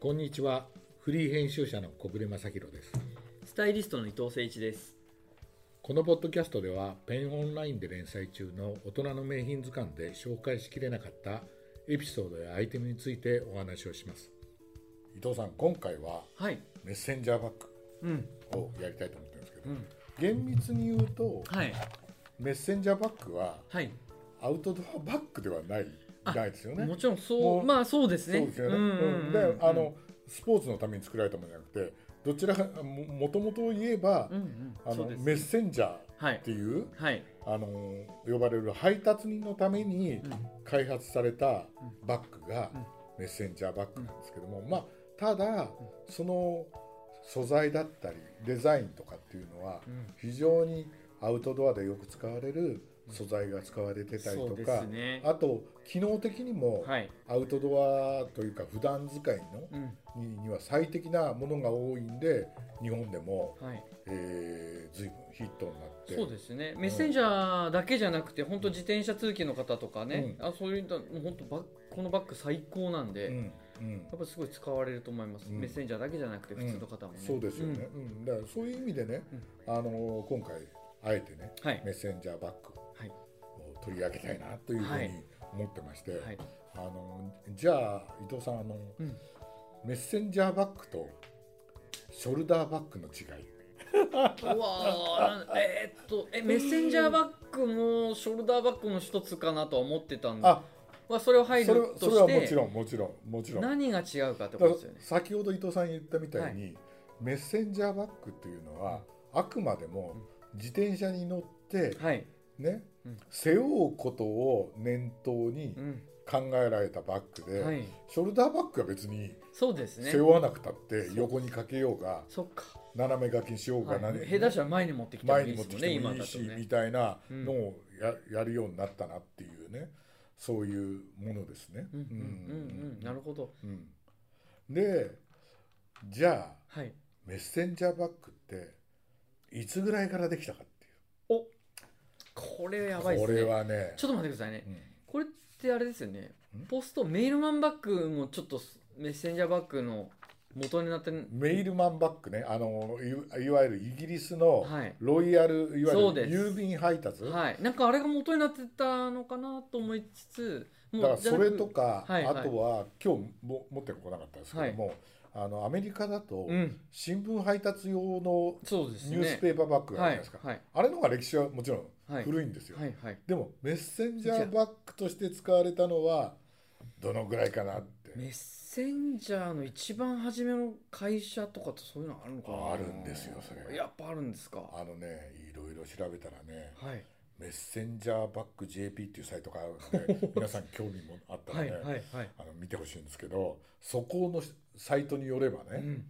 こんにちは。フリー編集者の小暮正弘です。スタイリストの伊藤誠一です。このポッドキャストでは、ペンオンラインで連載中の大人の名品図鑑で紹介しきれなかったエピソードやアイテムについてお話をします。伊藤さん、今回ははい。メッセンジャーバッグうん。をやりたいと思ってるんですけど、うん。厳密に言うと、はい。メッセンジャーバッグははい。アウトドアバッグではない、あないですよね。もちろんもそうう、まあそうですね。そうですよね。んうんんで、あのスポーツのために作られたものじゃなくて、どちらかももともと言えば、うんうん。あそのうですメッセンジャはーっいて。いう、はい。あの呼ばれる配達人のためにん開発されたバッグが、メッセンジャーバッグなんですけども、まあただその素材だったりデザインとかっていうのは、非常にアウトドアでよく使われる素材が使われてたりそうとでか、すね。あと機能的にも、はい。アウトドアというか普段使いのうん。にには最適なものが多いんで日本でも、はい。えー、随分ヒットになってそうですね。メッセンジャーだけじゃなくて、本当自転車通勤の方とかね、うあそういうの、もう本当バッこのバッグ最高なんで、うやんうんっぱすごい使われると思います。うんメッセンジャーだけじゃなくて普通の方もね。そうですよね、うんだからそういう意味でね、あのー今回あえてねうん。はい。メッセンジャーバッグはい。を取り上げたいなというふうはいに思ってまして、はい。あのーじゃあ伊藤さんあの、うんメッセンジャーバッグとショルダーバッグの違いうわーなんえーっとえメッセンジャーバッグもショルダーバッグの一つかなとは思ってたんであまあ、それを入それるはそとれはしもちてろんもちろんもちろん何が違うかってこだかとですよねら先ほど伊藤さん言ったみたいに、メッセンジャーバッグっていうのは、あくまでも自転車に乗って、はい、ねうん背負うことを念頭にうん考えられたバッグで、はい、ショルダーバッグは別にそうですね背負わなくたって横にかけようがそっか、斜め掛けにしようが、は何い、下手したら前に持ってきても前いにい持でってすきもんてねも今いいだし、とねみたいなうんのをややるようになったなっていうねそういうものですね。うんうんうんうんなるほどうんでじゃあはいメッセンジャーバッグっていつぐらいからできたかっていうこれやばいでこすれねはねちょっと待ってくださいねうんこれってあれですよねんポストメールマンバッグもちょっとメッセンジャーバッグの元になってんメイルマンバッグねあのいいわゆるイギリスのはいロイヤルいわそうゆでする郵便配達、はい、なんかあれが元になってたのかなと思いつつもだかうらじゃそなくれとか、はいはいあとは今日も持ってこなかったんですけども、あのアメリカだとうん新聞配達用のそうですねニュースペーパーバッグがあるじゃないですか、はいはいあれの方が歴史はもちろんはい古いんですよ、はいはいでもメッセンジャーバッグとして使われたのはどのぐらいかなってメッセンジャーの一番初めの会社とかってそういうのあるのかなあるんですよそれがやっぱあるんですかはあのねいろいろ調べたらねいメッセンジャーバッグ JP っていうサイトがあるの で皆さん興味もあったらはね、いはいはいあの見てほしいんですけどそこのサイトによればね、うん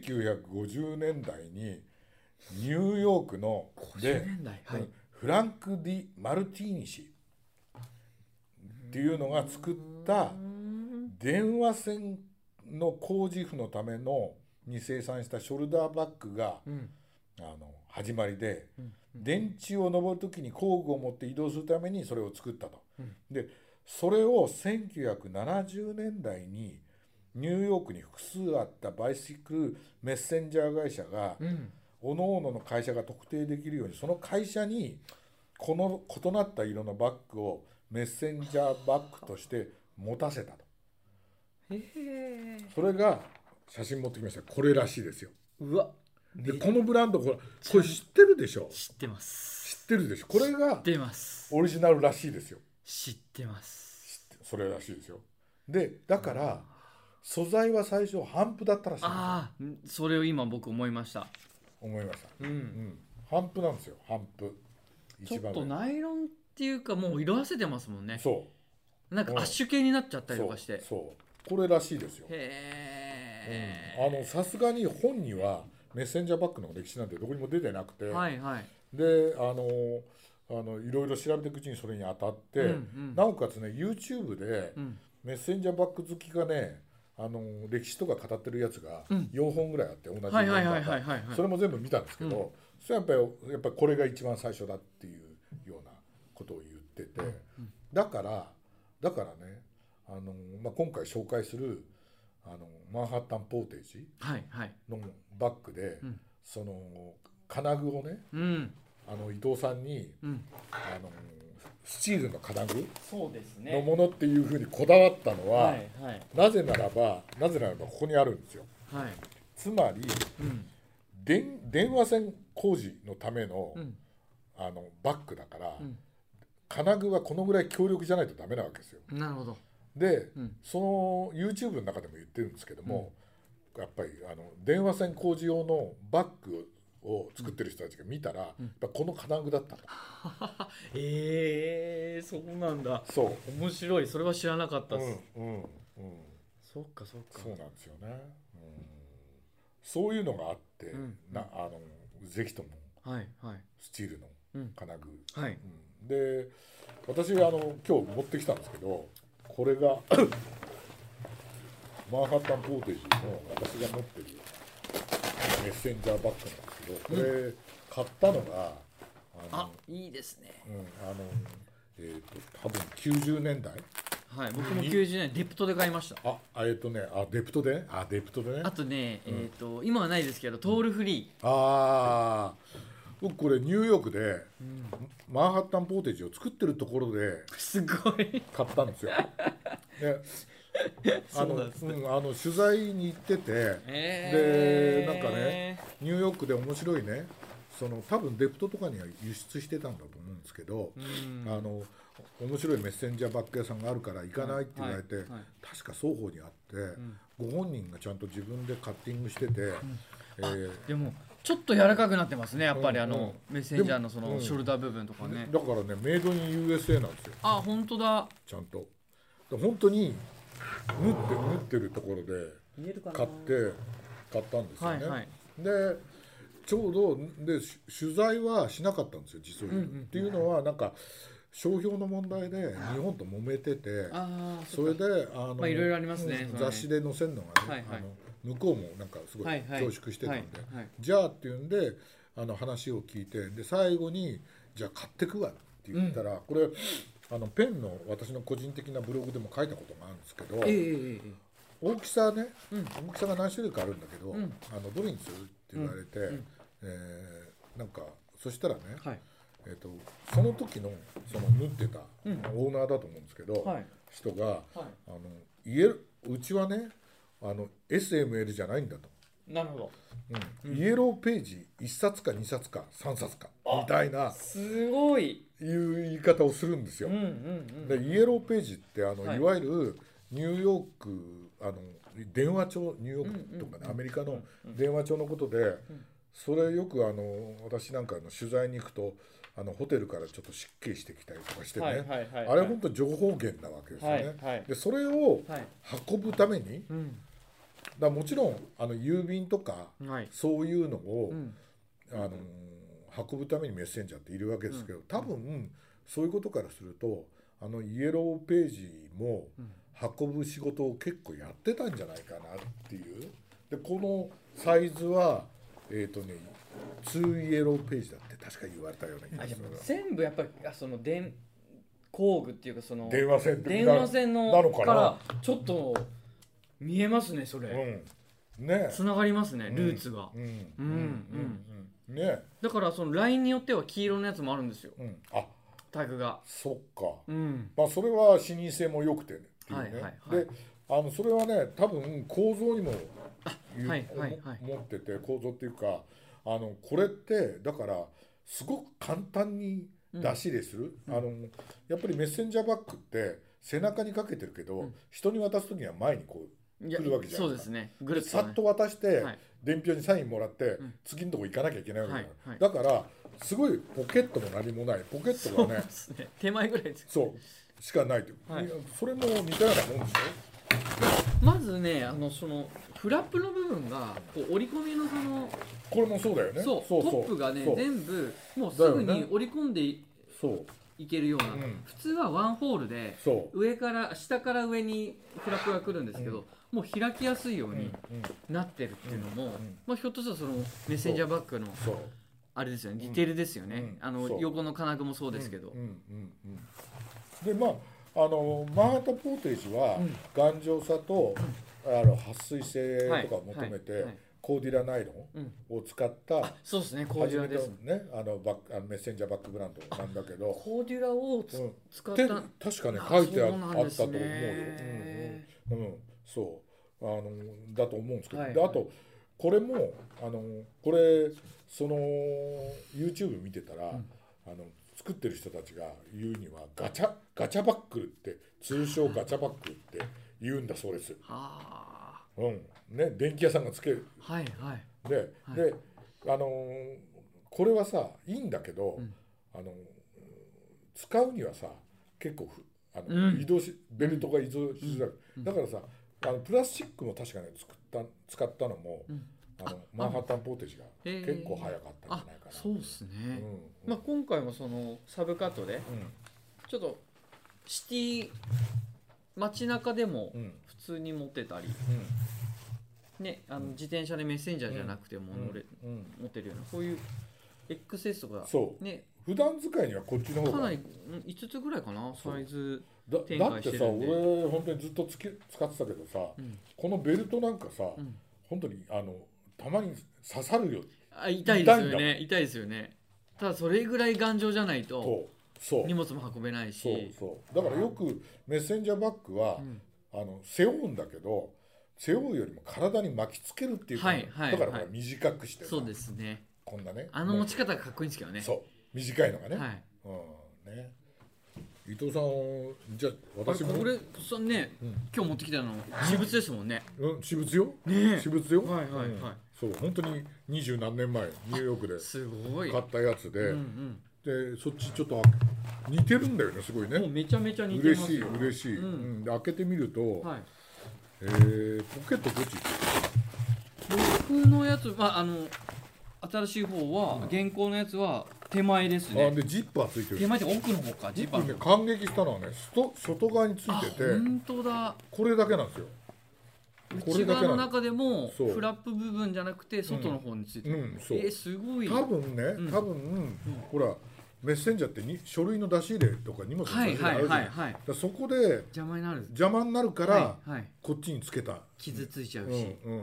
1950年代にニューヨークの50で、年代はういんフランク・ディ・マルティーニ氏っていうのが作ったうん電話線の工事費のためのに生産したショルダーバッグがうんあの始まりで、うん電柱を登る時に工具を持って移動するためにそれを作ったと。うんでそれを1970年代にニューヨークに複数あったバイシクルメッセンジャー会社がうん各々の会社が特定できるようにその会社にこの異なった色のバッグをメッセンジャーバッグとして持たせたとへえそれが写真持ってきましたこれらしいですようわでこのブランドほらこれ知ってるでしょ知ってます知ってるでしょこれが知ってますオリジナルらしいですよ知ってますそれらしいですよでだから素材は最初ハンプだったらしいんですよああんそれを今僕思いました思いました、ううんん、ハンプなんですよハンプち一ょっ番と上ナイロンっていうかもう色あせてますもんねそなんかアッシュ系になっちゃっうたりとかしてそうそうこれらしいですよ、へうんあのさすがに本にはメッセンジャーバッグの歴史なんてどこにも出てなくて、えはいはいであのあのいろいろ調べていくうちにそれに当たって、うんうんなおかつね YouTube でうんメッセンジャーバッグ好きがねあの歴史とか語ってるやつがうん4本ぐらいあって同じはいはいメンはバいーがはいはいはいそれも全部見たんですけど、それはやっぱりやっぱりこれが一番最初だっていうようなことを言ってて、だからだからねあの、まあ、今回紹介するああのマンハッタンポーテージはいはいのバッグで、うんその金具をねうんあの伊藤さんにうんあのスチールの金具そうですのものっていうふうにこだわったのは、はいはいなぜならばなぜならばここにあるんですよはいつまりうん電電話線工事のための,、うんあのバッグだから、うん金具はこのぐらい強力じゃないとダメなわけですよ。なるほどで、うんその YouTube の中でも言ってるんですけども、やっぱりあの電話線工事用のバッグを作ってる人たちが見たら、やっぱこの金具だったと、ええそうなんだそ面白いそれは知らなかっう、たうんです、うんうん、そっかそっかそうなんですよね、うん、そういうのがあって、うんなあのぜひともはいはいスチールのうん金具、はいうんで私あの今日持ってきたんですけどこれが マンハッタンポーテージの私が持ってるメッセンジャーバッグなんですけどこれ、買ったのがあのあいいですねうん、あのえっ、と多分90年代はい僕も90年デプトで買いましたああえっ、とねあデプトであデプトでねあとね、えっ、と今はないですけどトールフリああ僕これニューヨークでー、うん、マンハッタンポーテージを作ってるところですごい買ったんですよ。で あそうのなんですねうんあの取材に行っててえー、でなんかねニューヨークで面白いねその多分デプトとかには輸出してたんだと思うんですけど、うんあの面白いメッセンジャーバッグ屋さんがあるから行かないって言われて、はいはい確か双方にあって、ご本人がちゃんと自分でカッティングしてて、えーでもちょっと柔らかくなってますねやっぱりうんあの、メッセンジャーのそでもうのんショルダー部分とかね、だからねメイドに USA なんですよあ本当だちゃんと。で本当に縫って縫ってるところで見えるか買って買ったんですよね。はいはいでちょうどでし取材はしなかったんですよ実を言うと、うんうんっていうのはなんか商標の問題で日本と揉めててああそれであの、まあいろいろありますねうんそれはね雑誌で載せるのがね、はいはいあの向こうもなんかすごいはいはい恐縮してたんで、はいはいじゃあっていうんであの話を聞いてで最後にじゃあ買ってくわって言ったら、これあのペンの私の個人的なブログでも書いたことがあるんですけど、ええええ大きさね、うん大きさが何種類かあるんだけど、うんあのどれにするって言われて、うんうんえーなんかそしたらね、ええはいえー、とその時のその縫ってたうんオーナーだと思うんですけど、はい人が、はあの言えるうちはねあの SML じゃないんだと、いなるほどうんイエローページ1冊か2冊か3冊かみたいなすごいいう言い方をするんですよ。うんうんうんでイエローページってあの、はいい、わゆるニューヨークあの電話帳ニューヨークとかね、アメリカの電話帳のことで、それよくあの私なんかの取材に行くとあのホテルからちょっと失敬してきたりとかしてね、はいはいはいはいあれ本当情報源なわけですよね。はいはいでそれをはい運ぶために、だかうんらもちろんあの郵便とか、はいそういうのを、うんあのー運ぶためにメッセンジャーっているわけですけど、多分そういうことからするとあのイエローページも運ぶ仕事を結構やってたんじゃないかなっていうでこのサイズはえっ、とね2イエローページだって確か言われたような気あがじゃすあるもう全部やっぱりあその電工具っていうかその電話線的な電話線のなのかなからちょっと見えますねそれ、うんねつながりますねルーツが、うんうんうんうんねだからそのラインによっては黄色のやつもあるんですようんあタグがそっかうんまあ、それは視認性も良くてねっていうね、はいはいはいであのそれはね多分構造にもゆはいはいはい持ってて構造っていうかあのこれってだからすごく簡単に出し入れする、あのやっぱりメッセンジャーバッグって背中にかけてるけど、人に渡す時には前にこういや来るわけじゃないそうですねぐるっと、ね、さっと渡して、はい伝票にサインもらって、ん次のとこ行かなきゃいけないわけだから、はいだからすごいポケットも何もないポケットそうがでねすね手前ぐらいですそうしかないという、はいいやそれも似たようなもんでしまずねあのそのフラップの部分がこう折り込みのそのょこれもそうだよねそうそうトップがねそう全部もうすぐだよにね折り込んでいそういけるような、うん普通はワンホールでそう上から下から上にフラップが来るんですけど、もう開きやすいよううんにうんなってるっていうのも、んまあ、ひょっとしたらそのメッセンジャーバッグのそうあれですよねディテールですよね、うんあそのう横の金具もそうですけど、うんうんうんでまああのマンハッタンポーテージはうん頑丈さと、あの撥水性はいとかを求めはいてはいコーディラナイロうんンを使ったあそうですねコー初デュめラてですのねあのバックあのメッセンジャーバックブランドなんだけどコーデュラをつ、うん使っってた確かね書いてあそうなんあっでたとす思うよ。ねうんうん、そうあのだと思うんですけど、はいであとこれもあのこれその YouTube 見てたら、あの作ってる人たちが言うにはガチャガチャバックルって通称ガチャバックルって言うんだそうです。はあうんね、電気屋さんがつけるはいはいで,、はいであのこれはさいいんだけど、うんあの使うにはさ結構ふあの、うん移動しベルトが移動しづらい、うんだからさあのプラスチックも確かね作った使ったのも、うんあのマンハッタンポーテージがへー結構早かったんじあゃないかな。そうですうんね、うんまあ、今回もそのサブカットでちょっとシティ街中でもうんうんうん普通に持ってたり、ね、あの自転車でメッセンジャーじゃなくても乗れ、うん持てるようなこういう XS とかそうね普段使いにはこっちの方かがなりうん5つぐらいかなそうサイズ、だ展だっ開しててるさんで俺本当にずっとつけ使ってたけどさ、うんこのベルトなんかさ、うん本当にあのたまに刺さるよあ痛いです痛いんよだもね痛いですよねただそれぐらい頑丈じゃないととそう荷物も運べないしそうそうだからよくメッセンジャーバッグは、うんあの背負うんだけど背負うよりも体に巻きつけるっていうか、はいはいだからほはらい短くしてさそうですねこんなねあの持ち、ち方がかっこいいんですけどねそう短いのがね、はいうんね伊藤さんじゃああれ私もこれそんね、うん今日持ってきたの私物ですもんねうん、私物よ、ねえ私物よ、はいはいはいうんそう本当に二十何年前ニューヨークですごい買ったやつで、うんうんでそっちちょっと似てるんだよねすごいねもうめちゃめちゃ似て嬉ますしいよ嬉しい、ううんんで開けてみると、はいえーポケットどっち僕のやつまああの新しい方は、現行のやつは手前ですあねでジッパーついて手る前って奥の方かジッパー僕のね方感激したのはね外外側についててあ本当だこれだけなんですよこれだ内側けなのの中でもそうフラップ部分じゃなくて外の方についてる、うんそうえーすごい多分ねん多分、ほらメッセンジャーってに書類の出し入れとか荷物の出しは入いれあはるいじゃなはいいはいだからそこで邪魔になる邪魔になるから、はいはいこっちにつけた傷ついちゃううんし、うん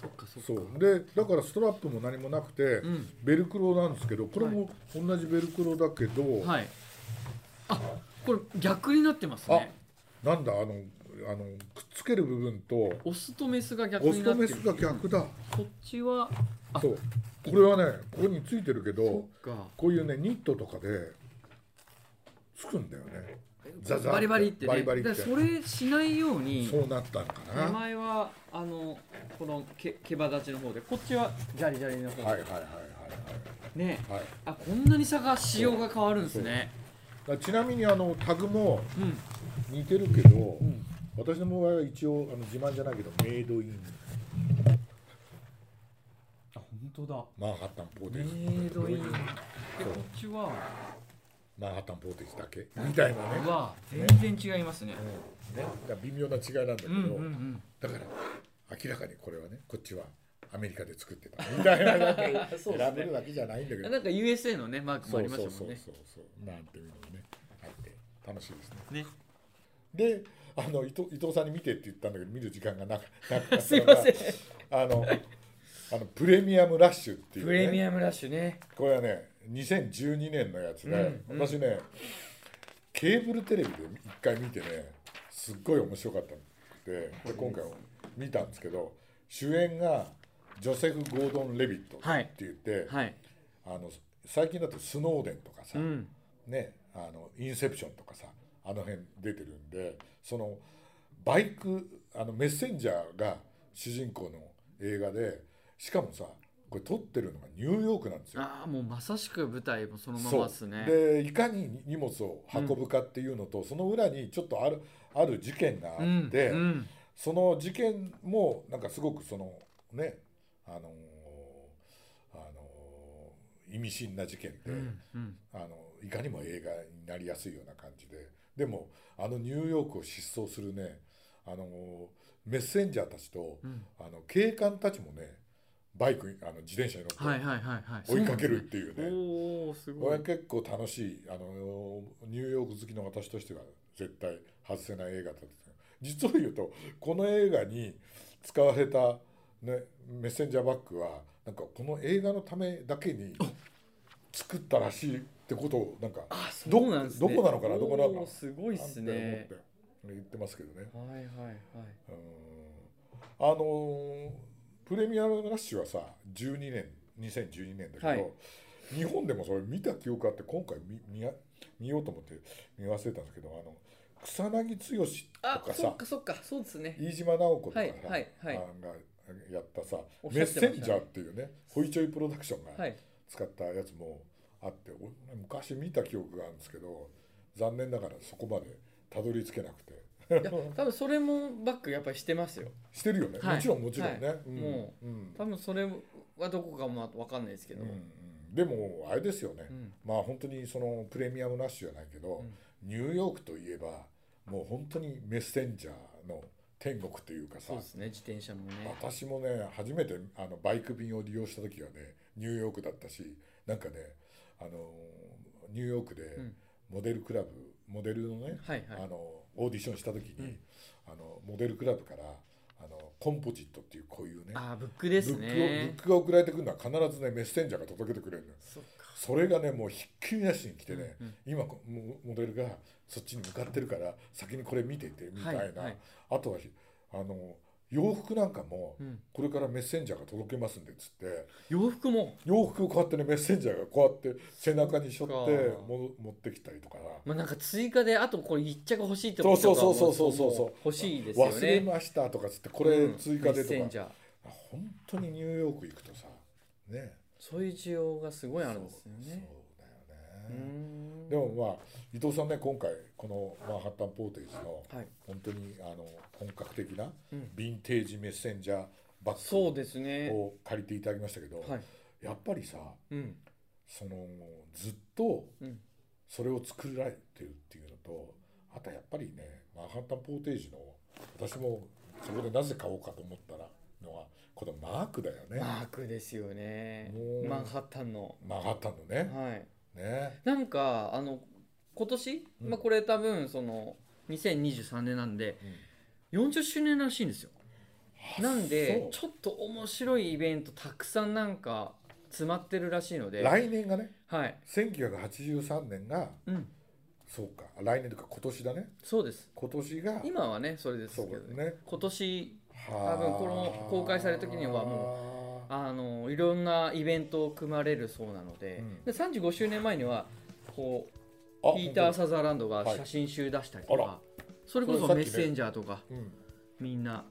そっかそっかそうでだからストラップも何もなくて、んベルクロなんですけどこれも同じベルクロだけど、はいあこれ逆になってますあねなんだあのあのくっつける部分とオスとメスが逆オにスなとっメてスがる逆だこっちはあそうこれはねここについてるけどがこういうねニットとかでつくんだよねザザってバリバリってねバリバリってだからそれしないようにそうなったのかな手は前はあのこのけ毛羽立ちの方でこっちはジャリジャリのい方で、はいはいはいねはい、はいあこんなに差が仕様が変わるんですねだからちなみにあのタグもうん似てるけど、ん私の場合は一応あの自慢じゃないけどメイドインあ本当だマンハッタンポーテメージイドインでこそうっちはマンハッタンポーテージだけみたいなね,、は全然違いますねうん、ねだから微妙な違いなんだけど、うんうんうんだから明らかにこれはねこっちはアメリカで作ってたみたいななんか そうですね選べるわけじゃないんだけどなんか USA のねマークもそあうりまそしうたそもうんねそうそうなんていうのもねあって楽しいですねねであの伊藤伊藤さんに見てって言ったんだけど見る時間がなかなかった すいませんあのあのプレミアムラッシュっていう、ね、プレミアムラッシュねこれはね2012年のやつで、うんうん私ねケーブルテレビで一回見てねすっごい面白かったのでで今回見たんですけど主演がジョセフ・ゴードン・レビットはいって言って、はいあの最近だと「スノーデン」とかさ、うんね、あのインセプションとかさあの辺出てるんでそのバイクあのメッセンジャーが主人公の映画でしかもさこれ撮ってるのがニューヨークなんですよ。ああもうまさしく舞台もそのまそまうですねでいかに荷物を運ぶかっていうのと、その裏にちょっとあるある事件があうっんて、うんその事件もなんかすごくそのねあのーあのー意味深な事件で、うんうんあのいかにも映画になりやすいような感じででもあのニューヨークを疾走するねあのメッセンジャーたちと、うんあの警官たちもねバイクにあの自転車に乗はいってはいはいはい追いかけるっていうそうなんですね。ねおおすこごれい結構楽しいあのニューヨーク好きの私としては絶対外せない映画だった実を言うとこの映画に使われた、ね、メッセンジャーバッグはなんかこの映画のためだけに作ったらしいってことをなんかあそどうなんですねどこなのかなどこなのかなおーすごいっすねなんて思って言ってますけどね。はいはいはいうんあのープレミアムラッシュはさ12年2012年だけど、はい日本でもそれ見た記憶あって今回見見や見ようと思って見忘れたんですけどあの草薙剛あとかそさっかそっかそうですね飯島直子とかさ、はいはいはいあがやったさおっしメゃッってましたねセンジャー」っていうねホイチョイプロダクションはがい使ったやつもあって、俺もね昔見た記憶があるんですけど残念ながらそこまでたどり着けなくて。いや多分それもバックやっぱりしてますよしてるよね、はいもちろんもちろんね、はいうんもうん多分それはどこかもわかんないですけどうんうも、んでもあれですよね、うんまあ本当にそのプレミアムラッシュじゃないけど、うんニューヨークといえばもう本当にメッセンジャーの天国というかさそうですね自転車もね私もね初めてあのバイク便を利用した時はねニューヨークだったしなんかねあのニューヨークでうんモデルクラブ、モデルのね、はいはいあのオーディションした時に、うんあのモデルクラブからあのコンポジットっていうこういうねあーブックですブックをブねックが送られてくるのは必ずねメッセンジャーが届けてくれるのよそっかそれがねもうひっきりなしに来てね、うんうん今こモモデルがそっちに向かってるから先にこれ見ててみたいな、はいはいあとはひあの洋服なんかもうんこれからメッセンジャーが届けますんでっつって洋服も、洋服をこうやってねメッセンジャーがこうやって背中に背負ってそっかも持ってきたりとかなまあ、なんか追加であとこれ一着欲しいってこととかそうそうそうそうそうそうも欲しいですよね忘れましたとかっつってこれ追加でとうんメッセかン、ジャー本当にニューヨーク行くとさねそういう需要がすごいあるんですよねそうそううだよね、んでもまあ伊藤さんね今回このマンハッタンポーテージのはい、本当にあの本格的なうんヴィンテージメッセンジャーバそうッですねグを借りていただきましたけど、はいやっぱりさうんそのずっとうんそれを作られてるっていうのとあとやっぱりねマンハッタンポーテージの私もそこでなぜ買おうかと思ったらのはこのマークだよねマークですよねもうマンハッタンのマンハッタンのね。はいねなんかあの今年、うんまあ、これ多分その2023年なんで40周年らしいんですよあなんでそちょっと面白いイベントたくさんなんか詰まってるらしいのうで来年がねはい、 1983年がうん、そうか来年というか今年だねそうです今年が今はねそれですそけうどだねね今年多多分この公開された時にはもあのいろんなイベントを組まれるそうなのうで,、んで35周年前にはこうピーター・サザーランドが写真集出したりとか、はいあらそれこそれそさっきメねッセンジャーとか、うんみんな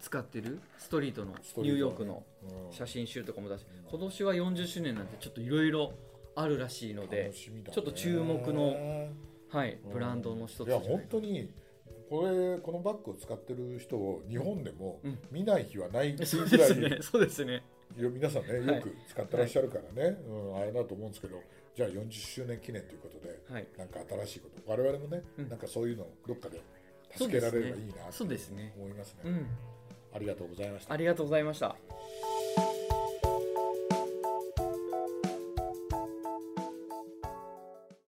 使ってるストリートのストニリューーヨートクねのうん写真集とかも出して今年は40周年なんてちょっといろいろあるらしいので楽、しみだねちょっと注目のはい、ブランドの一ついじゃやないか本当にこれこのバッグを使ってる人を日本でもうん見ない日はないぐ そうでらいすねそうですねいや皆さんねはいよく使ってらっしゃるからねうんあれだと思うんですけどじゃあ40周年記念ということではいなんか新しいこと我々もねうんなんかそういうのをどっかで助けられればいいなってそうですね思いますうねんありがとうございましたありがとうございましたはい